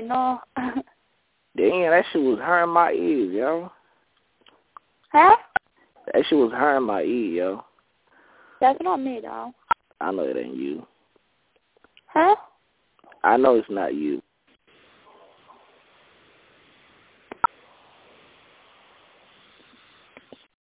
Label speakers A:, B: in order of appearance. A: no.
B: Damn, that shit was hurting my ears, yo.
A: huh?
B: That shit was hurting my ear, yo.
A: That's not me, though.
B: I know it ain't you.
A: Huh?
B: I know it's not you.